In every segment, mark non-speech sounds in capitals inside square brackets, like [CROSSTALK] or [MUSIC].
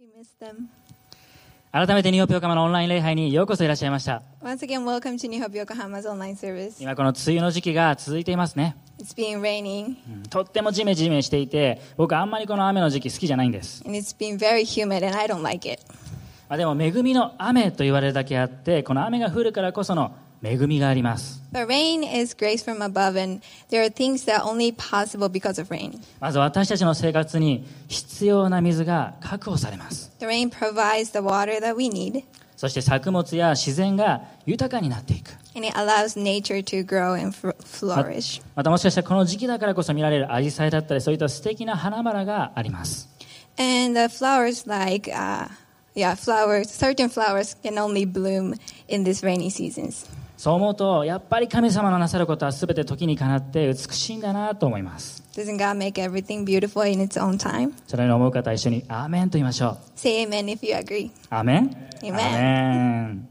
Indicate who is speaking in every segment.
Speaker 1: We miss them.
Speaker 2: 改めてニューヨークピオカマのオンライン礼拝にようこそいらっしゃいました。
Speaker 1: Once again, welcome to New Hope Yokohama's online service.
Speaker 2: 今この梅雨の時期が続いていますね。
Speaker 1: It's been raining
Speaker 2: うんとってもジメジメしていて、僕あんまりこの雨の時期好きじゃないんです。
Speaker 1: and it's been very humid, and I don't like it.
Speaker 2: まあ、でも恵みの雨と言われるだけあって、この雨が降るからこその恵みがあります。
Speaker 1: But rain is grace from above, and there are things that are only possible because of rain.
Speaker 2: まず私たちの生活に必要な水が確保されます。
Speaker 1: The rain provides the water that we need,
Speaker 2: そして作物や自然が豊かになっていく。
Speaker 1: and it allows nature to grow and fr- flourish.
Speaker 2: またもしかしたらこの時期だからこそ見られるアジサイだったり、そういった素敵な花々があります。
Speaker 1: And the flowers, like, uh, yeah, flowers, certain flowers can only bloom in these rainy seasons.
Speaker 2: そう思うと、やっぱり神様のなさることは全て時にかなって美しいんだなと思います。
Speaker 1: Doesn't God make everything beautiful in its own time?
Speaker 2: そのように思う方は一緒に、アーメンと言いましょう。
Speaker 1: Say amen if you agree.
Speaker 2: アーメン
Speaker 1: アーメン
Speaker 2: メン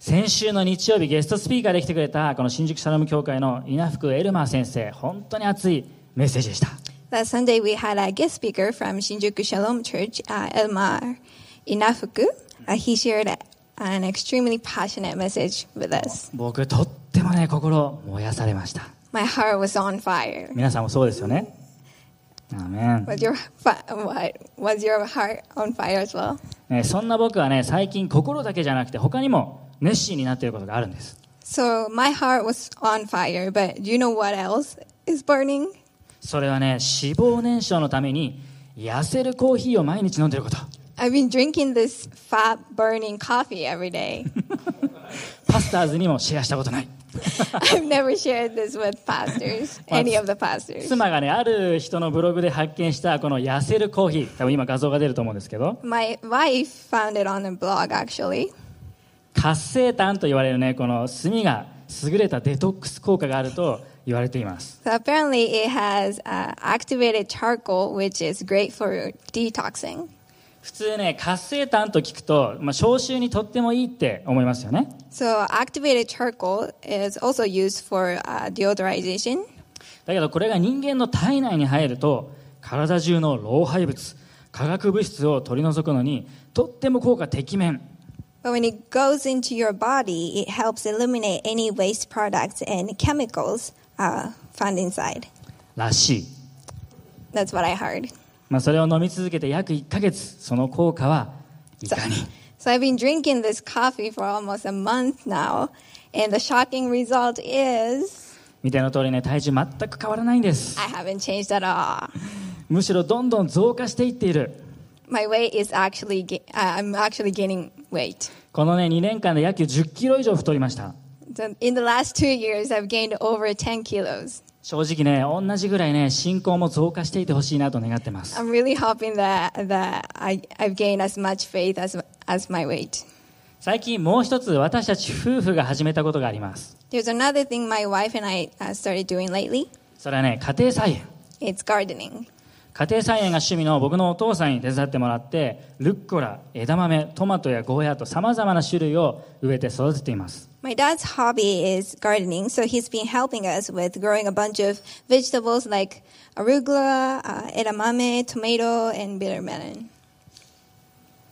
Speaker 2: 先週の日曜日ゲストスピーカーで来てくれた、この新宿シャロム教会の稲福エルマー先生、本当に熱いメッセージでした。
Speaker 1: Last Sunday, we had a guest speaker from Shinjuku Shalom Church, uh, Elmar Inafuku. Uh, he shared a- an extremely passionate message with us.
Speaker 2: 僕、とってもね、心燃やされました。
Speaker 1: My heart was on fire.
Speaker 2: 皆さんもそうですよね。アーメン。
Speaker 1: Was your fi- what was your heart on fire as well?
Speaker 2: ねそんな僕はね、最近心だけじゃなくて、他にも熱心になっていることがあるんです。
Speaker 1: So my heart was on fire, but do you know what else is burning?
Speaker 2: それはね、脂肪燃焼のために痩せるコーヒーを毎日飲んでること。
Speaker 1: I've been drinking this fat burning coffee every day.
Speaker 2: パスターズにもシェアしたことない。
Speaker 1: I've never shared this with pastors, any of the pastors.
Speaker 2: 妻がね、ある人のブログで発見したこの痩せるコーヒー。多分今画像が出ると思うんですけど、
Speaker 1: My wife found it on a blog actually.
Speaker 2: 活性炭と言われるね、この炭が優れたデトックス効果があると言われています。
Speaker 1: So apparently, it has uh, activated charcoal, which is great for detoxing.
Speaker 2: 普通ね、活性炭と聞くと、まあ、消臭にとってもいいって思いますよね。
Speaker 1: So activated charcoal is also used for uh, deodorization.
Speaker 2: だけどこれが人間の体内に入ると体中の老廃物化学物質を取り除くのにとっても効果てきめん
Speaker 1: But when it goes into your body, it helps eliminate any waste products and chemicals uh, found inside.
Speaker 2: らしい、
Speaker 1: That's what I heard.
Speaker 2: まあ、それを飲み続けて約1ヶ月その効果はいかに
Speaker 1: So I've been drinking this coffee for almost a month now, and the shocking result is
Speaker 2: 見ての通りね体重全く変わらないんです
Speaker 1: I haven't changed at all.
Speaker 2: むしろどんどん増加していっている
Speaker 1: My weight is actually ga- uh, I'm actually gaining weight.
Speaker 2: このね2年間で約1 0キロ以上太りました
Speaker 1: So in the last two years, I've gained over 10 kilos.
Speaker 2: 正直ね同じぐらいね信仰も増加していてほしいなと願ってます
Speaker 1: I'm really hoping that, that I, I've gained as much faith as, as my weight.
Speaker 2: 最近もう一つ私たち夫婦が始めたことがあります
Speaker 1: There's another thing my wife and I uh, started doing lately
Speaker 2: それはね家庭菜園
Speaker 1: it's gardening.
Speaker 2: 家庭菜園が趣味の僕のお父さんに手伝ってもらってルッコラ枝豆トマトやゴーヤーとさまざまな種類を植えて育てています
Speaker 1: My dad's hobby is gardening, so he's been helping us with growing a bunch of vegetables like arugula, uh, edamame, tomato, and bitter melon.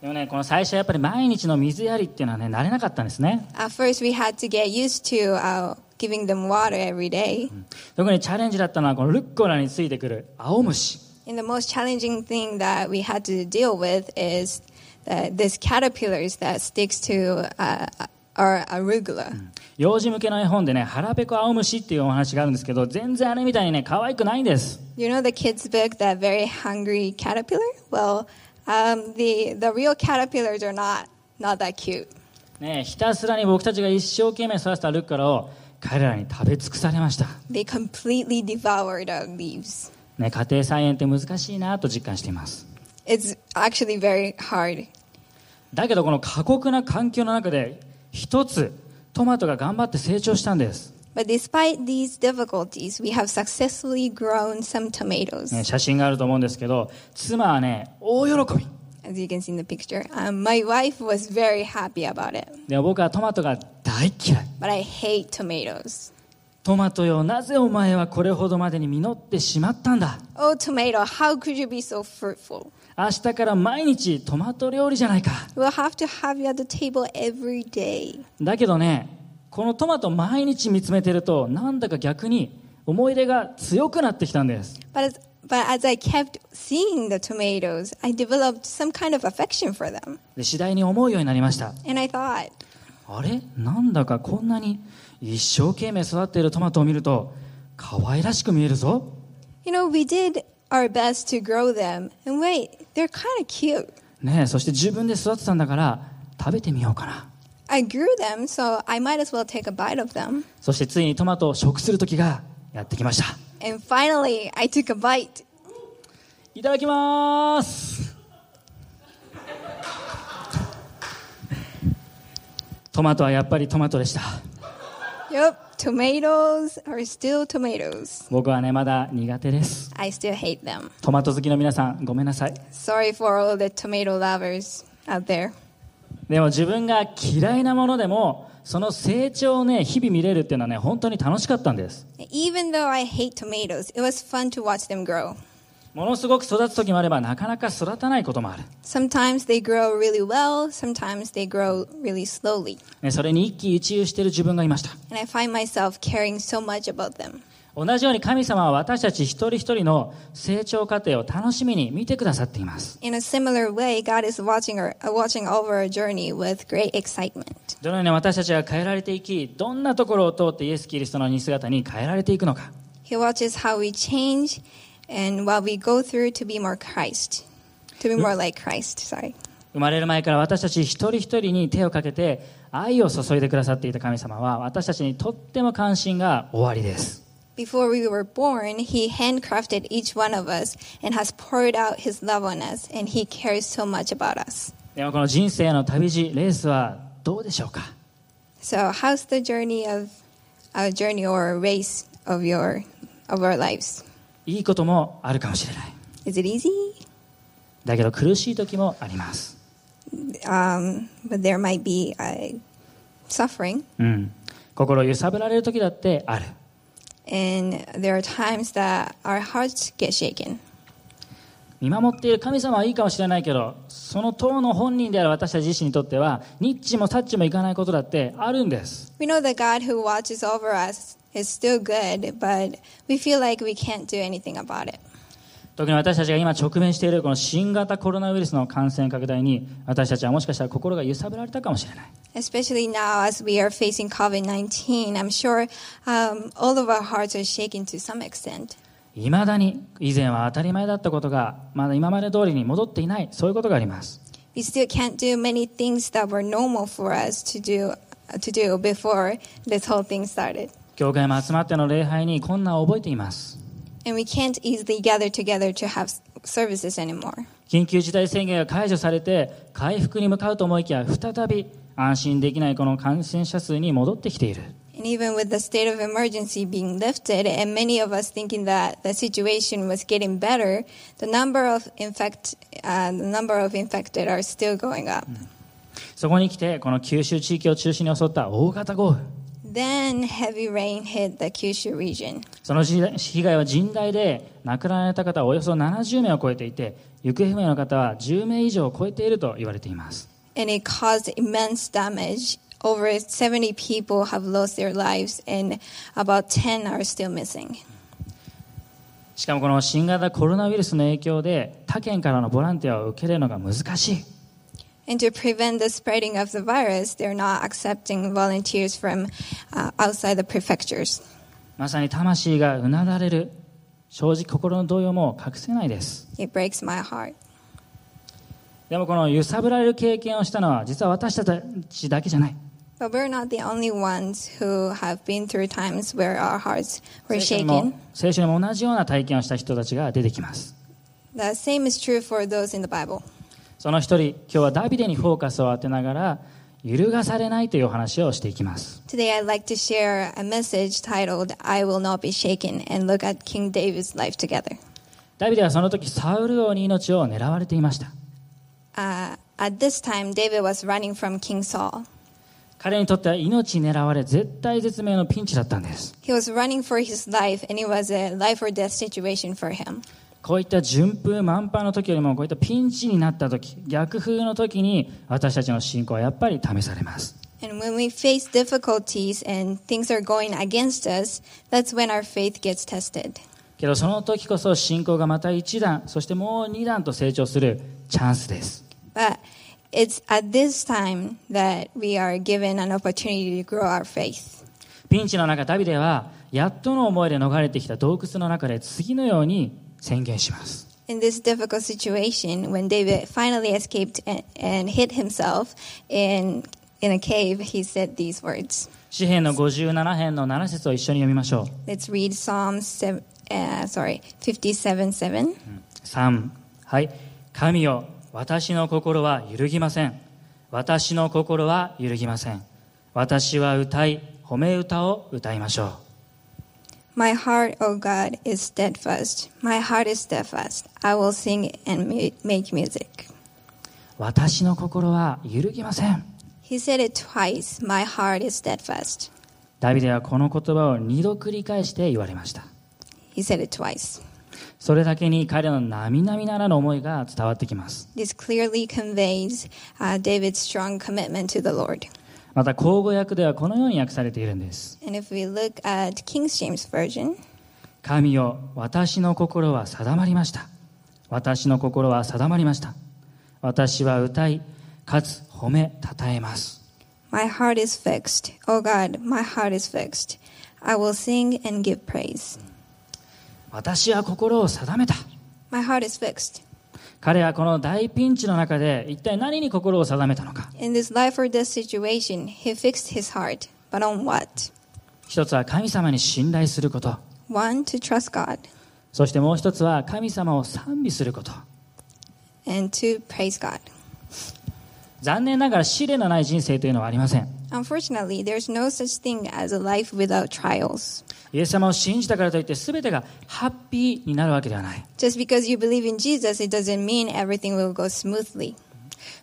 Speaker 2: でもねこの最初はやっぱり毎日の水やりっていうのはね慣れなかったんですね
Speaker 1: At first, we had to get used to uh, giving them water every day.
Speaker 2: 特にチャレンジだったのはこのルッコラについてくる青虫
Speaker 1: And the most challenging thing that we had to deal with is uh, this caterpillars that sticks to uh, our arugula.
Speaker 2: 幼児向けの絵本でね腹ペコ青虫っていうお話があるんですけど全然あれみたいにね可愛くないんです
Speaker 1: You know the kids' book, that very hungry caterpillar. Well, um, the the real caterpillars are not not that cute.
Speaker 2: ねひたすらに僕たちが一生懸命育てたルッコラを彼らに食べ尽くされました
Speaker 1: They completely devoured our leaves.
Speaker 2: ね家庭菜園って難しいなと実感しています
Speaker 1: It's actually very hard.
Speaker 2: だけどこの過酷な環境の中で一つトマトが頑張って成長したんです、
Speaker 1: But despite these difficulties, we have successfully grown some tomatoes.
Speaker 2: ね写真があると思うんですけど妻はね大喜び
Speaker 1: As you can see in the picture, um, my wife was very happy about it.
Speaker 2: でも僕はトマトが大嫌い
Speaker 1: but I hate tomatoes.
Speaker 2: トマトよ、なぜお前はこれほどまでに実ってしまったんだ
Speaker 1: Oh, tomato, how could you be so fruitful?
Speaker 2: 明日から毎日トマト料理じゃないか。
Speaker 1: We'll have to have you at the table every day.
Speaker 2: だけどね、このトマト毎日見つめてると、なんだか逆に思い入れが強くなってきたんです。
Speaker 1: But as, but as I kept seeing the tomatoes, I developed some kind of affection for them.
Speaker 2: で次第に思うようになりました。
Speaker 1: And I thought,
Speaker 2: あれなんだかこんなに一生懸命育っているトマトを見ると可愛らしく見えるぞ
Speaker 1: you know, we did our best to grow them. And wait, they're kind of cute.
Speaker 2: ねえそして自分で育てたんだから食べてみようかな
Speaker 1: I grew them, so I might as well take a bite of them.
Speaker 2: そしてついにトマトを食する時がやってきました
Speaker 1: And finally, I took a bite.
Speaker 2: いただきまーすトマトはやっぱりトマトでした
Speaker 1: Yep, tomatoes are still tomatoes.
Speaker 2: 僕はねまだ苦手です
Speaker 1: I still hate them.
Speaker 2: トマト好きの皆さんごめんなさい
Speaker 1: Sorry for all the tomato lovers out there.
Speaker 2: でも自分が嫌いなものでもその成長をね日々見れるっていうのはね本当に楽しかったんです
Speaker 1: Even though I hate tomatoes, it was fun to watch them grow.
Speaker 2: ものすごく育つ時もあればなかなか育たないこともある、
Speaker 1: Sometimes they grow really well, sometimes they grow really slowly.
Speaker 2: ね、それに一喜一憂している自分がいました
Speaker 1: And I find myself caring so much about them.
Speaker 2: 同じように神様は私たち一人一人の成長過程を楽しみに見てくださっています
Speaker 1: In a similar way, God is watching, our, uh, watching over our journey with great excitement.
Speaker 2: どのように私たちが変えられていきどんなところを通ってイエス・キリストの似姿に変えられていくのか
Speaker 1: He watches how we change and what we go through to be more Christ, to be more like Christ, sorry.
Speaker 2: 生まれる前から私たち一人一人に手をかけて愛を注いでくださっていた神様は私たちにとっても関心が終わりです
Speaker 1: Before we were born, He handcrafted each one of us and has poured out His love on us, and He cares so much about us.
Speaker 2: でもこの人生の旅路レースはどうでしょうか
Speaker 1: So, how's the journey of our journey or race of your of our lives?
Speaker 2: いいこともあるかもしれない
Speaker 1: Is it easy?
Speaker 2: だけど苦しい時もあります、
Speaker 1: Um, but there might be uh, suffering,
Speaker 2: うん、心揺さぶられる時だってある
Speaker 1: and there are times that our hearts get shaken.
Speaker 2: 見守っている神様はいいかもしれないけどその党の本人である私たち自身にとってはニッチもサッチもいかないことだってあるんです
Speaker 1: We know that God who watches over us is still good, but we feel like we can't do anything about it.
Speaker 2: 特に私たちが今直面しているこの新型コロナウイルスの感染拡大に私たちはもしかしたら心が揺さぶられたかもしれない
Speaker 1: Especially now as we are facing COVID 19, I'm sure um, all of our hearts are shaken to some extent.
Speaker 2: いまだに以前は当たり前だったことがまだ今まで通りに戻っていないそういうことがあります
Speaker 1: We still can't do many things that were normal for us to do, uh, to do before this whole thing started.
Speaker 2: 教会も集まっての礼拝に困難を覚えています
Speaker 1: And we can't easily gather together to have s- services anymore.
Speaker 2: 緊急事態宣言が解除されて回復に向かうと思いきや再び安心できないこの感染者数に戻ってきている
Speaker 1: And even with the state of emergency being lifted, and many of us thinking that the situation was getting better, the number of infect, uh, the number of infected are still going up.
Speaker 2: そこに来てこの九州地域を中心に襲った大型豪雨
Speaker 1: Then heavy rain hit the Kyushu region,
Speaker 2: その被害は甚大で亡くなられた方はおよそ70名を超えていて行方不明の方は10名以上を超えていると言われています
Speaker 1: and it caused immense damage. Over 70 people have lost their lives, and about 10 are still missing.
Speaker 2: しかもこの新型コロナウイルスの影響で他県からのボランティアを受け入れるのが難しい
Speaker 1: And to prevent the spreading of the virus, they're not accepting volunteers from uh, outside the prefectures.
Speaker 2: まさに魂がうなだれる正直心の動揺も隠せないです
Speaker 1: It breaks my heart.
Speaker 2: でもこの揺さぶられる経験をしたのは実は私たちだけじゃない。
Speaker 1: But we're not the only ones who have been through times where our hearts were
Speaker 2: 聖書にも
Speaker 1: shaken.
Speaker 2: 聖書にも同じような体験をした人たちが出てきます。
Speaker 1: The same is true for those in the Bible.
Speaker 2: その一人、今日はダビデにフォーカスを当てながら、揺るがされないというお話をしていきます。
Speaker 1: Today, I'd like to share a message titled, I Will Not Be Shaken, and look at King David's life together.
Speaker 2: ダビデはその時サウル王に命を狙われていました。
Speaker 1: Uh, at this time, David was running from King Saul.
Speaker 2: 彼にとっては命狙われ絶対絶命のピンチだったんです
Speaker 1: He was running for his life, and it was a life or death situation for him.
Speaker 2: こういった順風満帆の時よりもこういったピンチになった時逆風の時に私たちの信仰はやっぱり試されます
Speaker 1: And when we face difficulties and things are going against us, that's when our faith gets tested.
Speaker 2: けどその時こそ信仰がまた1段そしてもう2段と成長するチャンスです
Speaker 1: But it's at this time that we are given an opportunity to grow our faith.
Speaker 2: ピンチの中ダビデはやっとの思いで逃れてきた洞窟の中で次のように宣言します
Speaker 1: In this difficult situation, when David finally escaped and, and hid himself in, in a cave, he said these words.
Speaker 2: 詩篇の57編の7節を一緒に読みましょう
Speaker 1: Let's read Psalm 7, uh, sorry, 57 7.
Speaker 2: 3はい神よ私の心は揺るぎません私の心は揺るぎません私は歌い褒め歌を歌いましょう
Speaker 1: My heart, O God, is steadfast. My heart is steadfast. I will sing and mu- make music.
Speaker 2: 私の心は揺るぎません
Speaker 1: He said it twice. My heart is steadfast.
Speaker 2: ダビデはこの言葉を2度繰り返して言われました
Speaker 1: He said it twice.
Speaker 2: それだけに彼の並々ならぬ思いが伝わってきます
Speaker 1: This clearly conveys uh, David's strong commitment to the Lord.
Speaker 2: また口語訳ではこのように訳されているんです
Speaker 1: And if we look at King James Version,
Speaker 2: 神よ私の心は定まりました私の心は定まりました私は歌いかつ褒めたたえます
Speaker 1: My heart is fixed. O God, my heart is fixed. I will sing and give praise.
Speaker 2: 私は心を定めた
Speaker 1: My heart is fixed.
Speaker 2: 彼はこの大ピンチの中で一体何に心を定めたのか
Speaker 1: In this life or death situation, he fixed his heart. But on what?
Speaker 2: 一つは神様に信頼すること
Speaker 1: One, to trust God,
Speaker 2: そしてもう一つは神様を賛美すること
Speaker 1: and two, praise God.
Speaker 2: 残念ながら試練のない人生というのはありません
Speaker 1: Unfortunately, there's no such thing as a life without trials.
Speaker 2: イエス様を信じたからといって全てがハッピーになるわけではない
Speaker 1: Just because you believe in Jesus, it doesn't mean everything will go smoothly.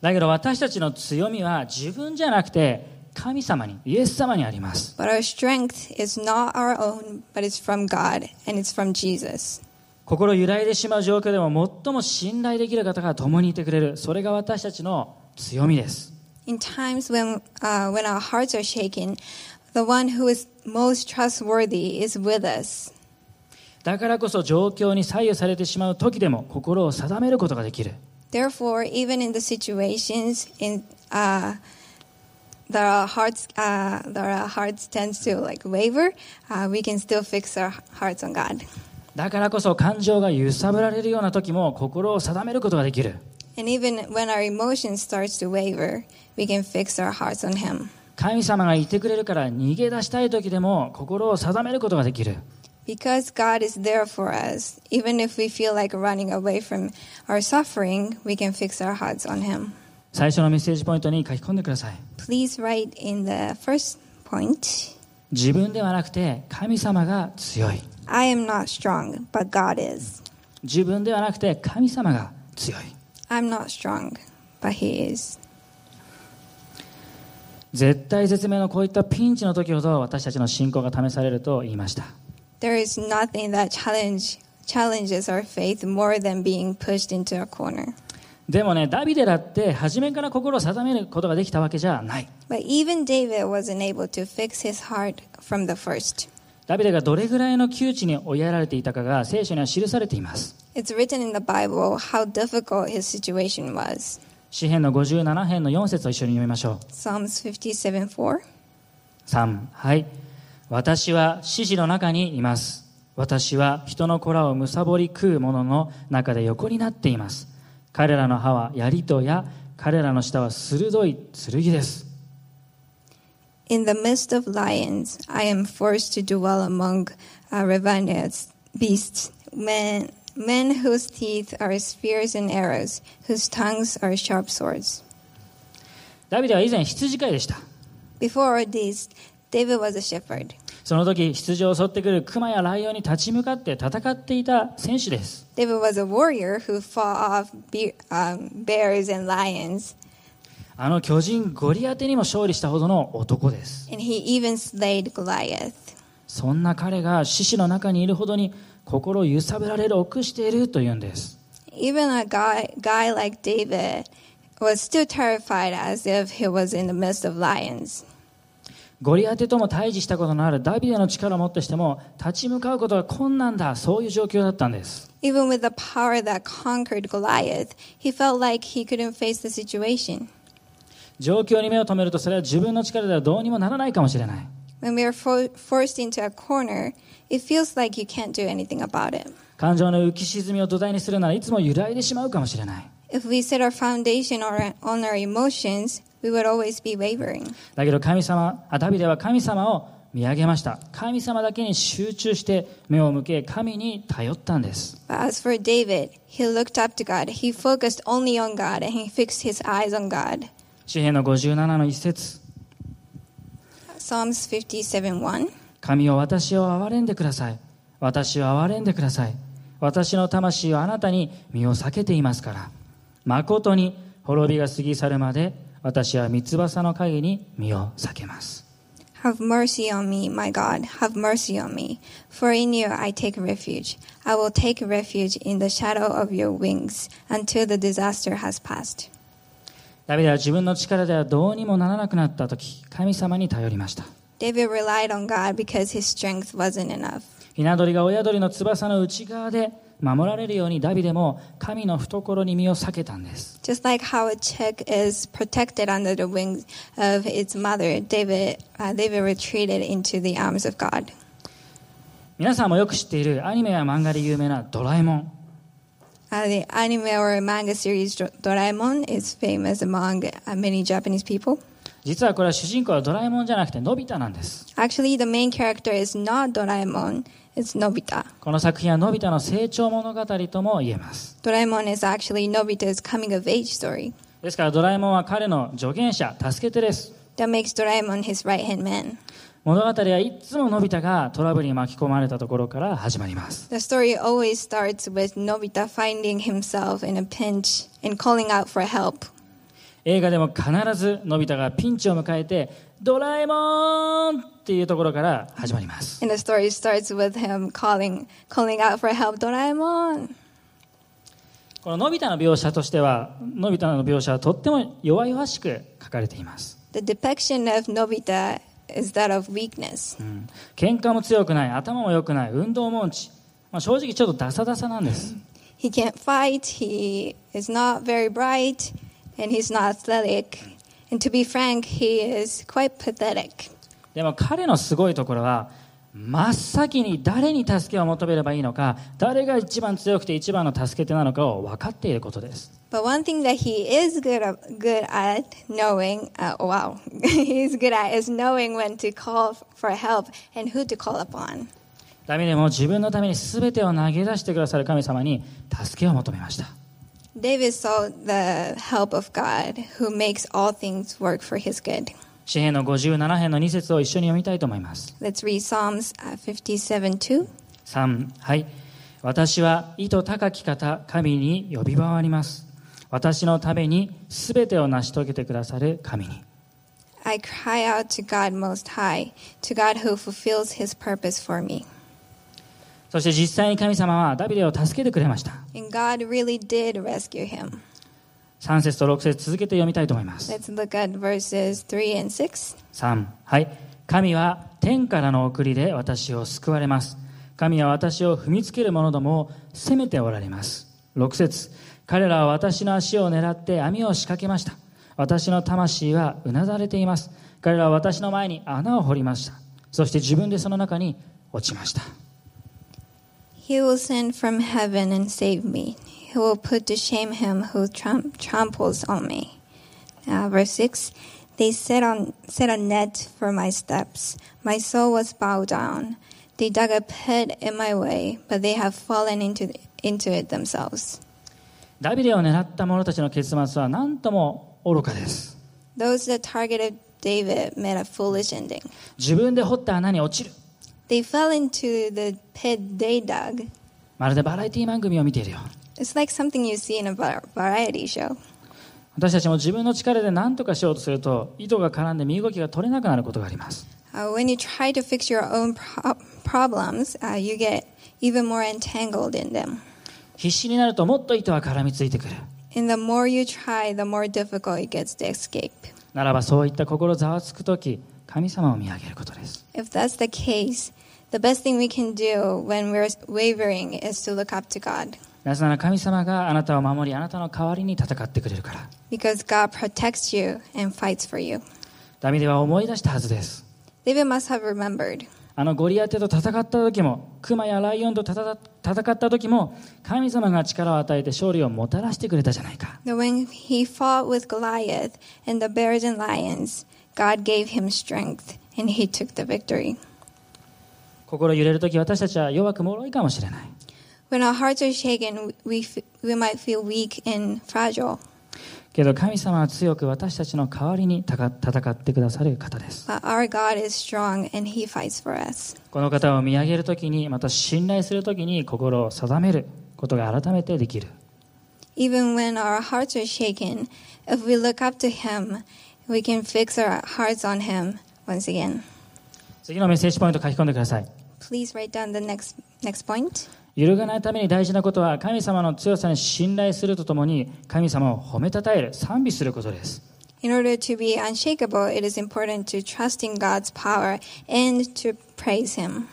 Speaker 2: だけど私たちの強みは自分じゃなくて神様にイエス様にあります
Speaker 1: But our strength is not our own, but it's from God, and it's from Jesus.
Speaker 2: 心揺らいでしまう状況でも最も信頼できる方が共にいてくれるそれが私たちの強みです
Speaker 1: In times when, uh, when our hearts are shaken, the one who is most trustworthy is with us.
Speaker 2: だからこそ状況に左右されてしまう時でも心を定めることができる
Speaker 1: Therefore, even in the situations in uh, that our hearts uh, that our hearts tends to like waver, uh, we can still fix our hearts on God.
Speaker 2: だからこそ感情が揺さぶられるような時も心を定めることができる
Speaker 1: And even when our emotions starts to waver, we can fix our hearts on Him
Speaker 2: 神様がいてくれるから逃げ出したい時でも心を定めることができる
Speaker 1: because God is there for us. Even if we feel like running away from our suffering, we can fix our hearts on Him.
Speaker 2: 最初のメッセージポイントに書き込んでください
Speaker 1: Please write in the first point.
Speaker 2: 自分ではなくて神様が強い
Speaker 1: I am not strong, but God is.
Speaker 2: 自分ではなくて神様が強い
Speaker 1: I'm not strong, but He is.
Speaker 2: 絶対絶命のこういったピンチの時ほど私たちの信仰が試されると言いました
Speaker 1: There is nothing that challenge challenges our faith more than being pushed into a corner.
Speaker 2: でもねダビデだって初めから心を定めることができたわけじゃない
Speaker 1: But even David wasn't able to fix his heart from the first.
Speaker 2: ダビデがどれぐらいの窮地に追いやられていたかが聖書には記されています
Speaker 1: It's written in the Bible how difficult his situation was.
Speaker 2: 詩篇の57編の4節を一緒に読みましょう
Speaker 1: Psalms 57 4.
Speaker 2: 3はい私は獅子の中にいます私は人の子らをむさぼり食う者の中で横になっています彼らの歯は槍と矢彼らの舌は鋭い剣です
Speaker 1: In the midst of lions, I am forced to dwell among uh, ravenous beasts, men, men whose teeth are spears and arrows, whose tongues are sharp swords.
Speaker 2: ダビデは以前羊飼いでした
Speaker 1: Before all this, David was a shepherd.
Speaker 2: その時羊を襲ってくる熊やライオンに立ち向かって戦っていた選手です
Speaker 1: David was a warrior who fought off be- um, bears and lions.
Speaker 2: あの巨人ゴリアテにも勝利したほどの男です。
Speaker 1: and he even slayed Goliath.
Speaker 2: そんな彼が獅子の中にいるほどに心を揺さぶられる臆しているというんです。
Speaker 1: Even a guy, guy like David was still terrified as if he was in the midst of lions.
Speaker 2: ゴリアテとも対峙したことのあるダビデの力をもってしても立ち向かうことが困難だそういう状況だったんです
Speaker 1: Even with the power that conquered Goliath, he felt like he couldn't face the situation.
Speaker 2: 状況に目を留めるとそれは自分の力ではどうにもならないかもしれない
Speaker 1: When we are fo- forced into a corner, it feels like you can't do anything about it.
Speaker 2: 感情の浮き沈みを土台にするならいつも揺らいでしまうかもしれない
Speaker 1: If we set our foundation on on our emotions, we would always be wavering.
Speaker 2: だけど神様あダビデは神様を見上げました神様だけに集中して目を向け神に頼ったんです
Speaker 1: But as for David, he looked up to God. He focused only on God and he fixed his eyes on God.
Speaker 2: 詩篇の57の一節
Speaker 1: Psalms 57 1.
Speaker 2: 神よ私を憐れんでください私を憐れんでください私の魂はあなたに身を避けていますから誠に滅びが過ぎ去るまで私は三翼の陰に身を避けます
Speaker 1: Have mercy on me, my God, have mercy on me, for in you I take refuge. I will take refuge in the shadow of your wings until the disaster has passed.
Speaker 2: ダビデは自分の力ではどうにもならなくなった時神様に頼りました
Speaker 1: David relied on God because his strength wasn't enough.
Speaker 2: 雛鳥が親鳥の翼の内側で守られるようにダビデも神の懐に身を避けたんです
Speaker 1: Just like how a chick is protected under the wings of its mother, David, uh, David retreated into the arms of God.
Speaker 2: 皆さんもよく知っているアニメや漫画で有名なドラえもん
Speaker 1: Uh, the anime or manga series Dor- Doraemon is famous among uh, many Japanese people.
Speaker 2: 実はこれは主人公はドラえもんじゃなくてのび太なんです
Speaker 1: Actually, the main character is not Doraemon, it's Nobita.
Speaker 2: この作品はのび太の成長物語とも言えます。
Speaker 1: Doraemon is actually Nobita's coming of age story
Speaker 2: ですからドラえもんは彼の助言者、助け手です。
Speaker 1: that makes Doraemon his right hand man.
Speaker 2: 物語はいつものび太がトラブルに巻き込まれたところから始まります。
Speaker 1: The story always starts with Nobita finding himself in a pinch and calling out for help.
Speaker 2: 映画でも必ずのび太がピンチを迎えて、ドラえもんっていうところから始まります。
Speaker 1: And the story starts with him calling, calling out for help, Doraemon.
Speaker 2: こののび太の描写としては、のび太の描写はとっても弱々しく書かれています。
Speaker 1: The depiction of Nobita is that of weakness.
Speaker 2: うん、喧嘩も強くない、頭も良くない、運動も音痴。まあ、正直ちょっとダサダサなんです。
Speaker 1: He can't fight, he is not very bright, and he's not athletic. And to be frank, he is quite pathetic.
Speaker 2: でも彼のすごいところは真っ先に誰に助けを求めればいいのか誰が一番強くて一番の助け手なのかを分かっていることです
Speaker 1: But one thing that he is good at, good at knowing, uh, wow, [LAUGHS] he's good at is knowing when to call for help and who to call upon.
Speaker 2: ダビデも自分のために全てを投げ出してくださる神様に助けを求めました
Speaker 1: David sought the help of God, who makes all things work for his good.
Speaker 2: 詩篇の57編の2節を一緒に読みたいと思います
Speaker 1: Let's read Psalms uh, 57 2.
Speaker 2: 3はい私は意図高き方神に呼び回ります私のために全てを成し遂げてくださる神に
Speaker 1: I cry out to God Most High, to God who fulfills his purpose for me.
Speaker 2: そして実際に神様はダビデを助けてくれました
Speaker 1: And God really did rescue him.
Speaker 2: 3節と6節続けて読みたいと思います
Speaker 1: Let's look at verses 3 and 6.
Speaker 2: 3はい神は天からの送りで私を救われます神は私を踏みつける者どもを責めておられます6節彼らは私の足を狙って網を仕掛けました私の魂はうなだれています彼らは私の前に穴を掘りましたそして自分でその中に落ちました
Speaker 1: He will send from heaven and save me. He will put to shame him who tram- tramples on me. Uh, verse 6 They set, on, set a net for my steps. My soul was bowed down. They dug a pit in my way, but they have fallen into, into it themselves.
Speaker 2: ダビデを狙った者たちの結末は何とも愚かです
Speaker 1: Those that targeted David made a foolish ending.
Speaker 2: 自分で掘った穴に落ちる
Speaker 1: They fell into the pit they dug.
Speaker 2: まるでバラエティ番組を見ているよう
Speaker 1: It's like something you see in a var- variety show.
Speaker 2: あ私たちも自分の力で何とかしようとすると糸が絡んで身動きが取れなくなることがあります
Speaker 1: Uh, when you try to fix your own pro- problems, uh, you get even more entangled in them.
Speaker 2: 必死になるともっと糸は絡みついてくる
Speaker 1: And the more you try, the more difficult it gets to escape.
Speaker 2: ならばそういった心ざわつく時神様を見上げることです
Speaker 1: If that's the case, the best thing we can do when we're wavering is to look up to God
Speaker 2: なぜなら神様があなたを守りあなたの代わりに戦ってくれるから
Speaker 1: because God protects you and fights for you.
Speaker 2: ダビデは思い出したはずです
Speaker 1: David must have remembered
Speaker 2: あのゴリアテと戦った時もクマやライオンと戦戦った時も神様が力を与えて勝利をもたらしてくれたじゃないか
Speaker 1: that when he fought with Goliath and the bears and lions, God gave him strength and he took the victory.
Speaker 2: 心揺れる時私たちは弱く脆いかもしれない
Speaker 1: When our hearts are shaken, we, f- we might feel weak and fragile,
Speaker 2: けど神様は強く私たちの代わりに戦戦ってくださる方です
Speaker 1: but our God is strong and he fights for us.
Speaker 2: この方を見上げる時にまた信頼する時に心を定めることが改めてできる
Speaker 1: Even when our hearts are shaken, if we look up to him, we can fix our hearts on him once again.
Speaker 2: 次のメッセージポイント書き込んでください
Speaker 1: Please write down the next next point.
Speaker 2: 揺るがないために大事なことは神様の強さに信頼するとともに神様を褒めたたえる賛美することです
Speaker 1: In order to be unshakable, it is important to trust in God's power and to praise him.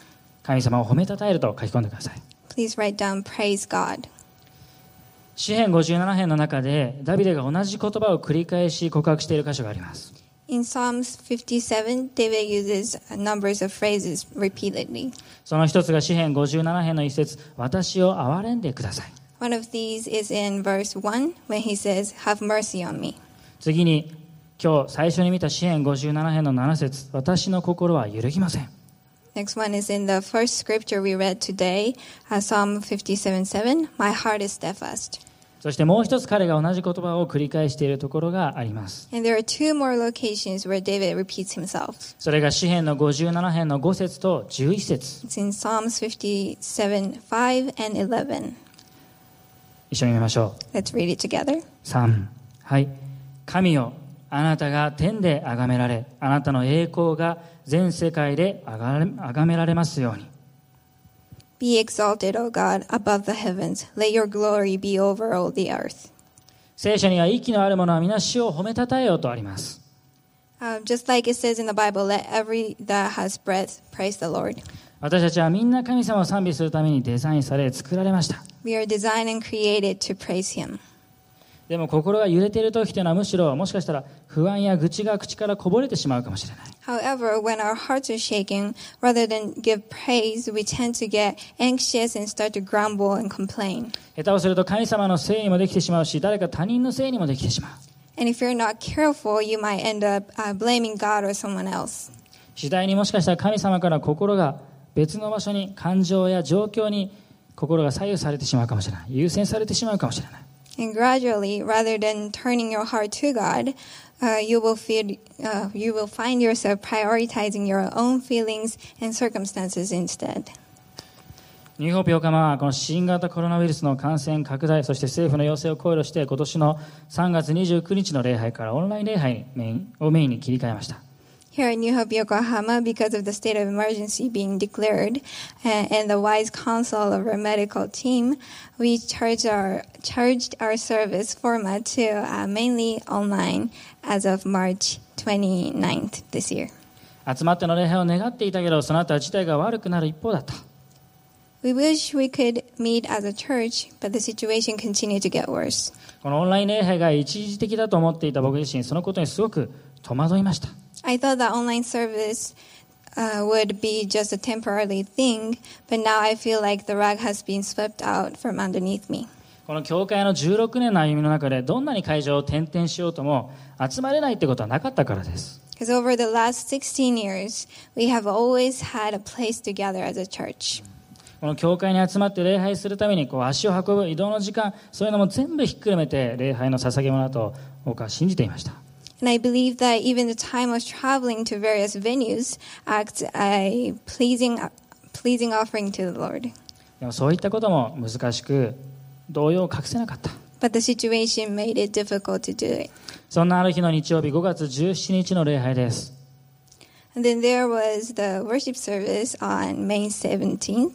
Speaker 2: 神様を褒めたたえると書き込んでください
Speaker 1: Please write down praise God.
Speaker 2: 詩編57編の中でダビデが同じ言葉を繰り返し告白している箇所があります
Speaker 1: In Psalms 57, David uses numbers of phrases repeatedly.
Speaker 2: その一つが詩編57編の一節私を憐れんでください
Speaker 1: One of these is in verse 1 when he says, Have mercy on me.
Speaker 2: 次に今日最初に見た詩編57編の7節私の心は揺るぎません
Speaker 1: Next one is in the first scripture we read today, uh, Psalm 57 7. My heart is steadfast.
Speaker 2: そしてもう一つ彼が同じ言葉を繰り返しているところがあります
Speaker 1: And there are two more locations where David repeats himself.
Speaker 2: それが詩編の57編の5節と11節
Speaker 1: It's in Psalms 57 5 and 11.
Speaker 2: 一緒に見ましょ
Speaker 1: Let's read it together.
Speaker 2: う3はい神よあなたが天で崇められあなたの栄光が全世界で崇め崇められますように
Speaker 1: Be exalted, O God, above the heavens. Let your glory be over all the earth.
Speaker 2: 聖書には息のある者は皆主を褒めたたえようとあります
Speaker 1: Um, just like it says in the Bible, let every that has breath praise the Lord.
Speaker 2: 私たちはみんな神様を賛美するためにデザインされ作られました
Speaker 1: We are designed and created to praise Him.
Speaker 2: でも心が揺れている時というのはむしろもしかしたら不安や愚痴が口からこぼれてしまうかもしれない
Speaker 1: However, when our hearts are shaken, rather than give praise, we tend to get anxious and start to grumble and complain.
Speaker 2: 下手をすると神様のせいにもできてしまうし誰か他人のせいにもできてしまう
Speaker 1: And if you're not careful, you might end up uh, blaming God or someone else.
Speaker 2: 次第にもしかしたら神様から心が別の場所に感情や状況に心が左右されてしまうかもしれない優先されてしまうかもしれない
Speaker 1: And gradually, rather than turning your heart to God, uh, you will feel uh, you will find yourself prioritizing your own feelings and circumstances instead.
Speaker 2: ニューホープ横浜はこの新型コロナウイルスの感染拡大そして政府の要請を考慮して今年の3月29日の礼拝からオンライン礼拝にメインをメインに切り替えました
Speaker 1: Here at New Hope Yokohama, because of the state of emergency being declared uh, and the wise counsel of our medical team, we charged our, charged our service format to uh, mainly online as of March 29th this year.
Speaker 2: 集まっての礼拝を願っていたけどその後は事態が悪くなる一方だった
Speaker 1: We wish we could meet as a church, but the situation continued to get worse.
Speaker 2: このオンライン礼拝が一時的だと思っていた僕自身そのことにすごく戸惑いました
Speaker 1: I thought that online service uh, would be just a temporary thing, but now I feel like the rug has been swept out from underneath me.
Speaker 2: この教会の16年の歩みの中でどんなに会場を転々しようとも集まれないってことはなかったからです
Speaker 1: Because over the last 16 years, we have always had a place to gather as a church.
Speaker 2: この教会に集まって礼拝するためにこう足を運ぶ移動の時間そういうのも全部ひっくるめて礼拝の捧げ物だと僕は信じていました
Speaker 1: And I believe that even the time of traveling to various venues acts a pleasing, pleasing offering to the Lord.
Speaker 2: でもそういったことも難しく動揺を隠せなかった
Speaker 1: but the situation made it difficult to do it.
Speaker 2: そんなある日の日曜日5月17日の礼拝です。
Speaker 1: And then there was the worship service on May 17th.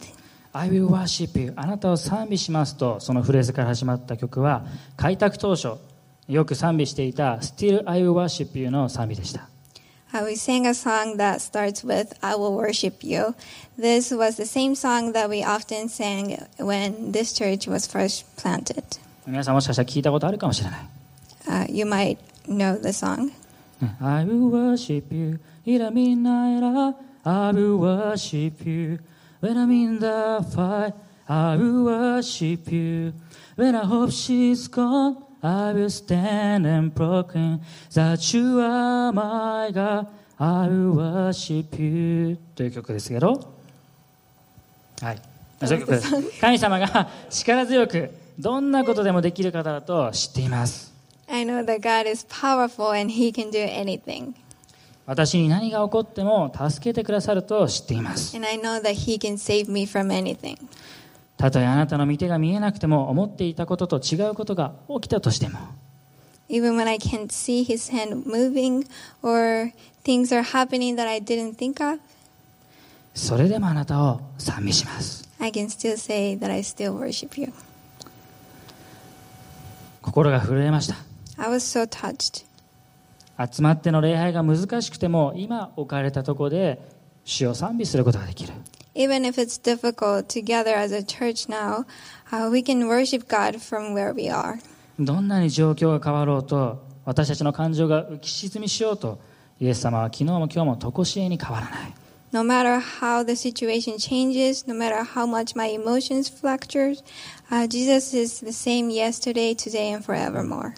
Speaker 2: I will worship you あなたを賛美しますとそのフレーズから始まった曲は開拓当初よく賛美していた Still I will worship you の賛美でした
Speaker 1: Uh, we sang a song that starts with I Will Worship You. This was the same song that we often sang when this church was first planted.
Speaker 2: 皆さんもしかしたら聞いたことあるかもしれない
Speaker 1: Uh, you might know the song.
Speaker 2: ね I will worship you イラミナイラ I will worship you When I'm in the fight I will worship you When I hope she's gone I will stand and broken That you are my God I will worship you という曲ですけどはいそういう曲です神様が力強くどんなことでもできる方だと知っています
Speaker 1: I know that God is powerful and He can do anything.
Speaker 2: 私に何が起こっても助けてくださると知っています。
Speaker 1: And I know that He can save me from anything.
Speaker 2: たとえあなたの見手が見えなくても思っていたことと違うことが起きたとしても、
Speaker 1: Even when I can't see His hand moving or things are happening that I didn't think of,
Speaker 2: それでもあなたを賛美します。
Speaker 1: I can still say that I still worship you.
Speaker 2: 心が震えました。
Speaker 1: I was so touched.
Speaker 2: 集まっての礼拝が難しくても今置かれたところで主を賛美することができる。
Speaker 1: Even if it's difficult to gather as a church now, uh, we can worship God from where we are.
Speaker 2: どんなに状況が変わろうと私たちの感情が浮き沈みしようとイエス様は昨日も今日も常しえに変わらない。
Speaker 1: No matter how the situation changes, no matter how much my emotions fluctuate, uh, Jesus is the same yesterday, today, and forevermore.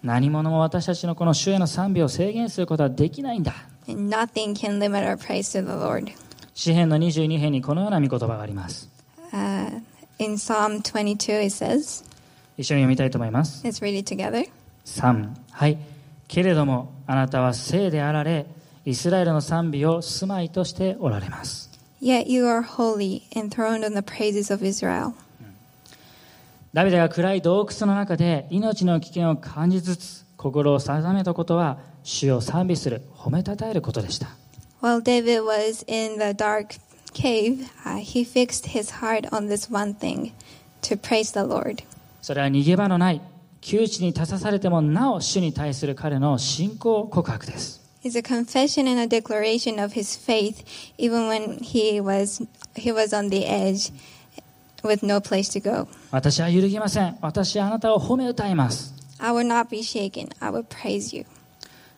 Speaker 2: 何者も私たちのこの主への賛美を制限することはできないんだ。
Speaker 1: And nothing can limit our praise to the Lord.
Speaker 2: 詩篇の22編にこのような見言葉があります。
Speaker 1: Uh, in Psalm 22, it says,
Speaker 2: 一緒に読みたいと思います。
Speaker 1: let's read it together.
Speaker 2: 3、はい。けれども、あなたは聖であられ、イスラエルの賛美を住まいとしておられます。
Speaker 1: Yet you are holy, enthroned on the praises of Israel.
Speaker 2: ダビデが暗い洞窟の中で命の危険を感じつつ、心を定めたことは、主を賛美する、褒めたたえることでした。
Speaker 1: While David was in the dark cave, uh, he fixed his heart on this one thing to praise the Lord.
Speaker 2: それは逃げ場のない、窮地に立たされてもなお主に対する彼の信仰告白です。
Speaker 1: It's a confession and a declaration of his faith, even when he was he was on the edge with no place to go.
Speaker 2: 私は揺るぎません。私はあなたを褒め歌います。
Speaker 1: I will not be shaken. I will praise you.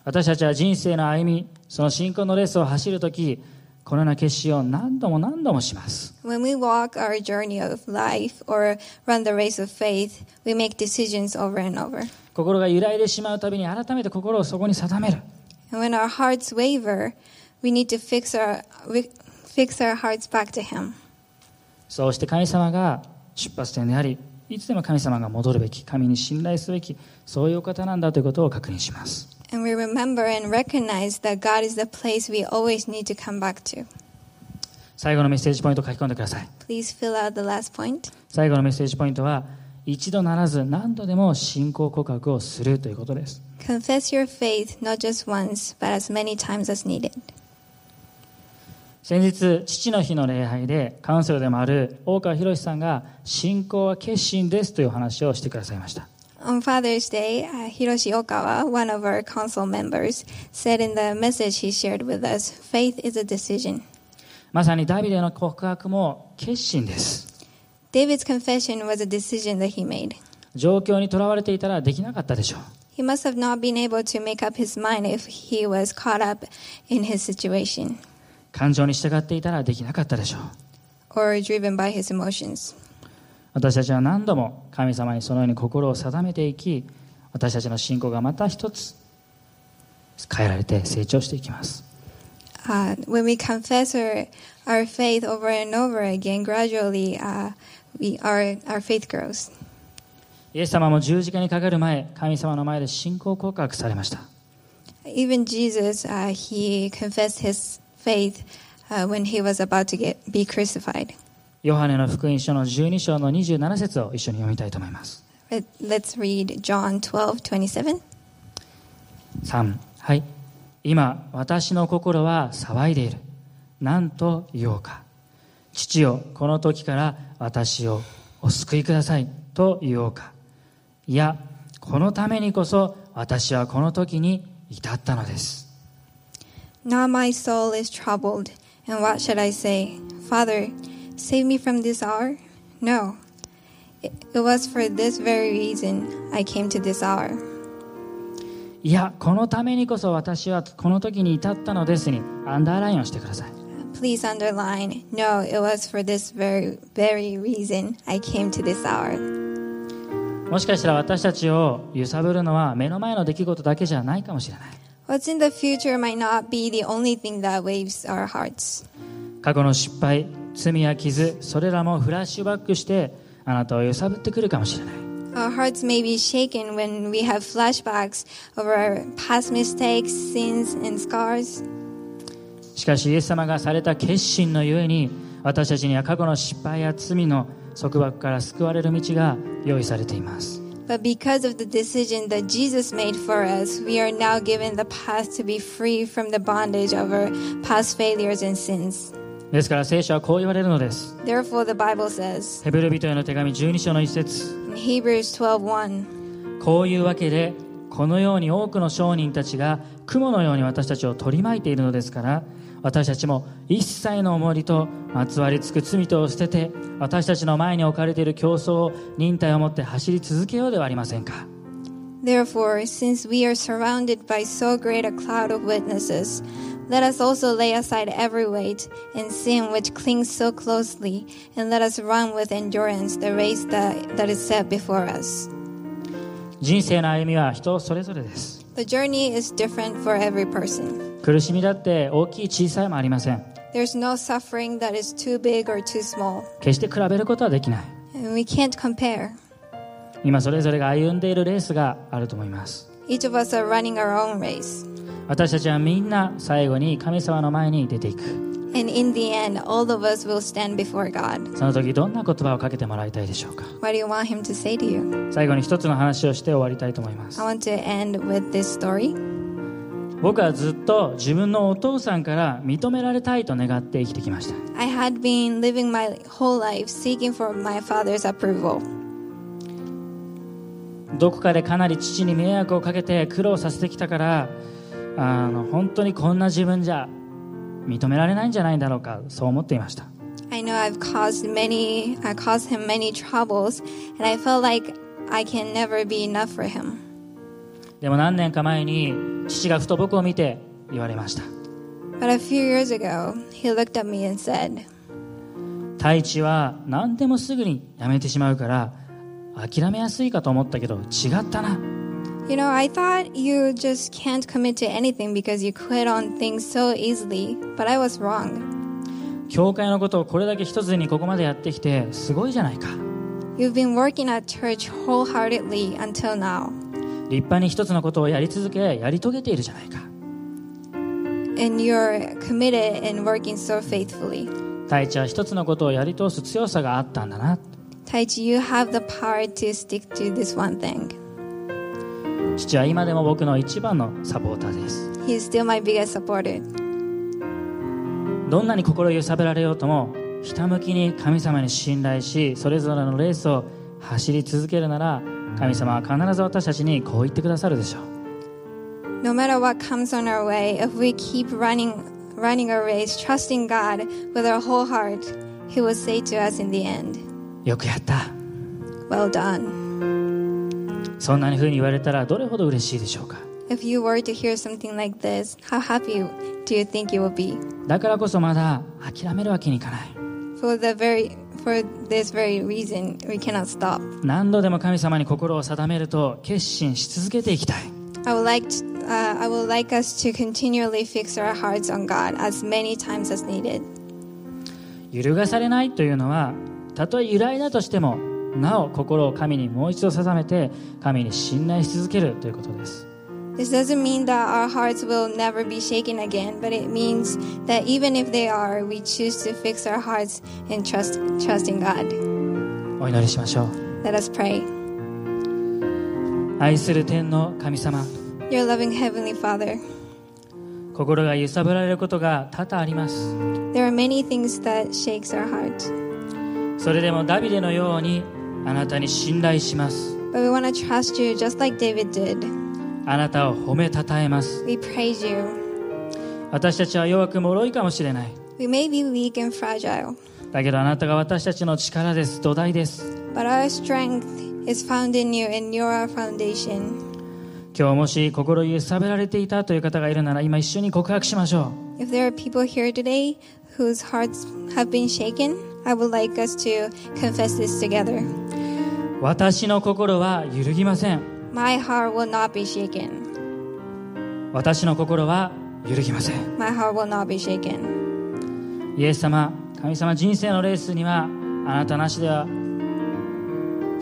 Speaker 2: 私たちは人生の歩みその信仰のレースを走るときこのような決心を何度も何度もします
Speaker 1: When we walk our journey of life or run the race of faith, we make decisions over and over.
Speaker 2: 心が揺らいでしまうたびに改めて心をそこに定める
Speaker 1: And when our hearts waver, we need to fix our we fix our hearts back to him.
Speaker 2: そうして神様が出発点でありいつでも神様が戻るべき神に信頼すべきそういうお方なんだということを確認します
Speaker 1: And we remember and recognize that God is the place we always need to come back to.
Speaker 2: 最後のメッセージポイントを書き込んでください
Speaker 1: Please fill out the last point.
Speaker 2: 最後のメッセージポイントは一度ならず何度でも信仰告白をするということです
Speaker 1: Confess your faith not just once, but as many times as needed.
Speaker 2: 先日父の日の礼拝でカウンセラーでもある大川博さんが信仰は決心ですというお話をしてくださいました
Speaker 1: On Father's Day, uh, Hiroshi Okawa, one of our council members, said in the message he shared with us, faith is a decision.
Speaker 2: まさにダビデの告白も決心です
Speaker 1: David's confession was a decision that he made.
Speaker 2: 状況にとらわれていたらできなかったでしょう
Speaker 1: He must have not been able to make up his mind if he was caught up in his situation
Speaker 2: 感情に従っていたらできなかったでしょう
Speaker 1: or driven by his emotions.
Speaker 2: 私たちは何度も神様にそのように心を定めていき私たちの信仰がまた一つ変えられて成長していきます
Speaker 1: Uh, when we confess our, our faith over and over again, gradually uh, we, our, our faith grows.
Speaker 2: イエス様も十字架にかかる前神様の前で信仰告白されました
Speaker 1: Even Jesus, uh, he confessed his faith uh, when he was about to get, be crucified.
Speaker 2: ヨハネの福音書の12章の27節を一緒に読みたいと思います。
Speaker 1: Let- Let's read John 12, 27.
Speaker 2: 3はい今私の心は騒いでいる何と言おうか父よこの時から私をお救いくださいと言おうかいやこのためにこそ私はこの時に至ったのです
Speaker 1: Now my soul is troubled, and what should I say? Father, save me from this hour? No. It, it was for this very reason I came to this hour.
Speaker 2: いやこのためにこそ私はこの時に至ったのですにアンダーラインをしてください
Speaker 1: Please underline, no, it was for this very, very reason I came to this hour.
Speaker 2: もしかしたら私たちを揺さぶるのは目の前の出来事だけじゃないかもしれない
Speaker 1: What's in the future might not be the only thing that waves our hearts.
Speaker 2: 過去の失敗罪や傷それらもフラッシュバックしてあなたを揺さぶってくるかもしれない
Speaker 1: Our hearts may be shaken when we have flashbacks of our past mistakes, sins, and scars.
Speaker 2: しかしイエス様がされた決心のゆえに私たちには過去の失敗や罪の束縛から救われる道が用意されています
Speaker 1: But because of the decision that Jesus made for us, we are now given the path to be free from the bondage of our past failures and sins.
Speaker 2: ですから聖書はこう言われるのです
Speaker 1: Therefore, the Bible says
Speaker 2: ヘブル人への手紙12章の一節
Speaker 1: in Hebrews 12:1,
Speaker 2: こういうわけでこのように多くの商人たちが雲のように私たちを取り巻いているのですから私たちも一切の重りとまつわりつく罪とを捨てて私たちの前に置かれている競争を忍耐を持って走り続けようではありませんか
Speaker 1: Therefore, since we are surrounded by so great a cloud of witnesses, let us also lay aside every weight and sin which clings so closely, and let us run with endurance the race that, that is set before us.
Speaker 2: 人生の歩みは人それぞれです
Speaker 1: The journey is different for every person.
Speaker 2: 苦しみだって大きい小さいもありません
Speaker 1: There's no suffering that is too big or too small,
Speaker 2: 決して比べることはできない
Speaker 1: and we can't compare.
Speaker 2: 今それぞれが歩んでいるレースがあると思います
Speaker 1: Each of us are running our own race,
Speaker 2: 私たちはみんな最後に神様の前に出ていく
Speaker 1: and in the end, all of us will stand before God.
Speaker 2: その時どんな言葉をかけてもらいたいでしょうか
Speaker 1: What do you want Him to say to you?
Speaker 2: 最後に一つの話をして終わりたいと思います
Speaker 1: I want to end with this story.
Speaker 2: 僕はずっと自分のお父さんから認められたいと願って生きてきました
Speaker 1: I had been living my whole life seeking for my father's approval.
Speaker 2: どこかでかなり父に迷惑をかけて苦労させてきたからあの本当にこんな自分じゃ認められないんじゃないだろうかそう思っていました
Speaker 1: I know I've caused many, I caused him many troubles, and I felt like I can never be enough for him.
Speaker 2: でも何年か前に父がふと僕を見て言われました
Speaker 1: But a few years ago, he looked at me and said,
Speaker 2: 太一は何でもすぐにやめてしまうから諦めやすいかと思ったけど違ったな
Speaker 1: You know, I thought you just can't commit to anything because you quit on things so easily, but I was wrong.
Speaker 2: 教会のことをこれだけ一つにここまでやってきてすごいじゃないか
Speaker 1: You've been working at church wholeheartedly until now,
Speaker 2: 立派に一つのことをやり続けやり遂げているじゃないか
Speaker 1: and you're committed and working so faithfully.
Speaker 2: 太一は一つのことをやり通す強さがあったんだな
Speaker 1: Taichi, you have the power to stick to this one thing.
Speaker 2: 父は今でも僕の一番のサポーターです
Speaker 1: He's still my biggest supporter.
Speaker 2: どんなに心を揺さぶられようともひたむきに神様に信頼しそれぞれのレースを走り続けるなら神様は必ず私たちにこう言ってくださるでしょう
Speaker 1: No matter what comes on our way, if we keep running, running our race, trusting God with our whole heart, He will say to us in the end,
Speaker 2: よくやった
Speaker 1: "Well done."
Speaker 2: そんな風に言われたらどれほど嬉しいでしょうか
Speaker 1: If you were to hear something like this, how happy do you think you will be?
Speaker 2: だからこそまだ諦めるわけにいかない
Speaker 1: For the very, for this very reason, we cannot stop.
Speaker 2: 何度でも神様に心を定めると決心し続けていきたい
Speaker 1: I would like, to, uh, I would like us to continually fix our hearts on God as many times as needed.
Speaker 2: 揺るがされないというのはたとえ由来だとしてもなお心を神にもう一度定めて神に信頼し続けるということです
Speaker 1: This doesn't mean that our hearts will never be shaken again, but it means that even if they are, we choose to fix our hearts and trust trust in God.
Speaker 2: お祈りしましょう
Speaker 1: Let us pray.
Speaker 2: 愛する天の神様
Speaker 1: Your loving Heavenly Father,
Speaker 2: 心が揺さぶられることが多々あります
Speaker 1: there are many things that shakes our heart,
Speaker 2: それでもダビデのようにあなたに信頼します
Speaker 1: but we want to trust you just like David did.
Speaker 2: あなたを褒めたたえます
Speaker 1: We praise you.
Speaker 2: 私たちは弱く脆いかもしれない
Speaker 1: We may be weak and fragile,
Speaker 2: だけどあなたが私たちの力です土台です
Speaker 1: but our strength is found in you, and you're our foundation.
Speaker 2: 今日もし心揺さぶられていたという方がいるなら今一緒に告白しましょ
Speaker 1: If there are people here today whose hearts have been shaken, I would like us to confess this together.
Speaker 2: う私の心は揺るぎません
Speaker 1: My heart will not be shaken.
Speaker 2: 私の心は揺るぎません
Speaker 1: My heart will not be shaken.
Speaker 2: イエス様神様人生のレースにはあなたなしでは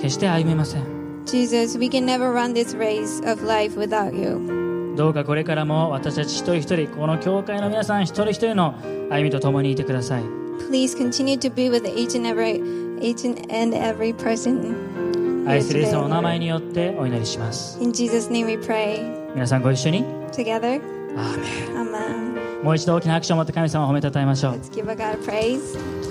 Speaker 2: 決して歩めません
Speaker 1: Jesus, we can never run this race of life without you.
Speaker 2: どうかこれからも私たち一人一人この教会の皆さん一人一人の歩みと共にいてください
Speaker 1: Please continue to be with each and every each and every person.
Speaker 2: 愛するイエス様のお名前によってお祈りします
Speaker 1: In Jesus' name we pray.
Speaker 2: 皆さんご一緒に
Speaker 1: Together.
Speaker 2: アーメ
Speaker 1: Amen.
Speaker 2: ンもう一度大きな拍手を持って神様を褒めたたえましょう
Speaker 1: Let's give our God praise.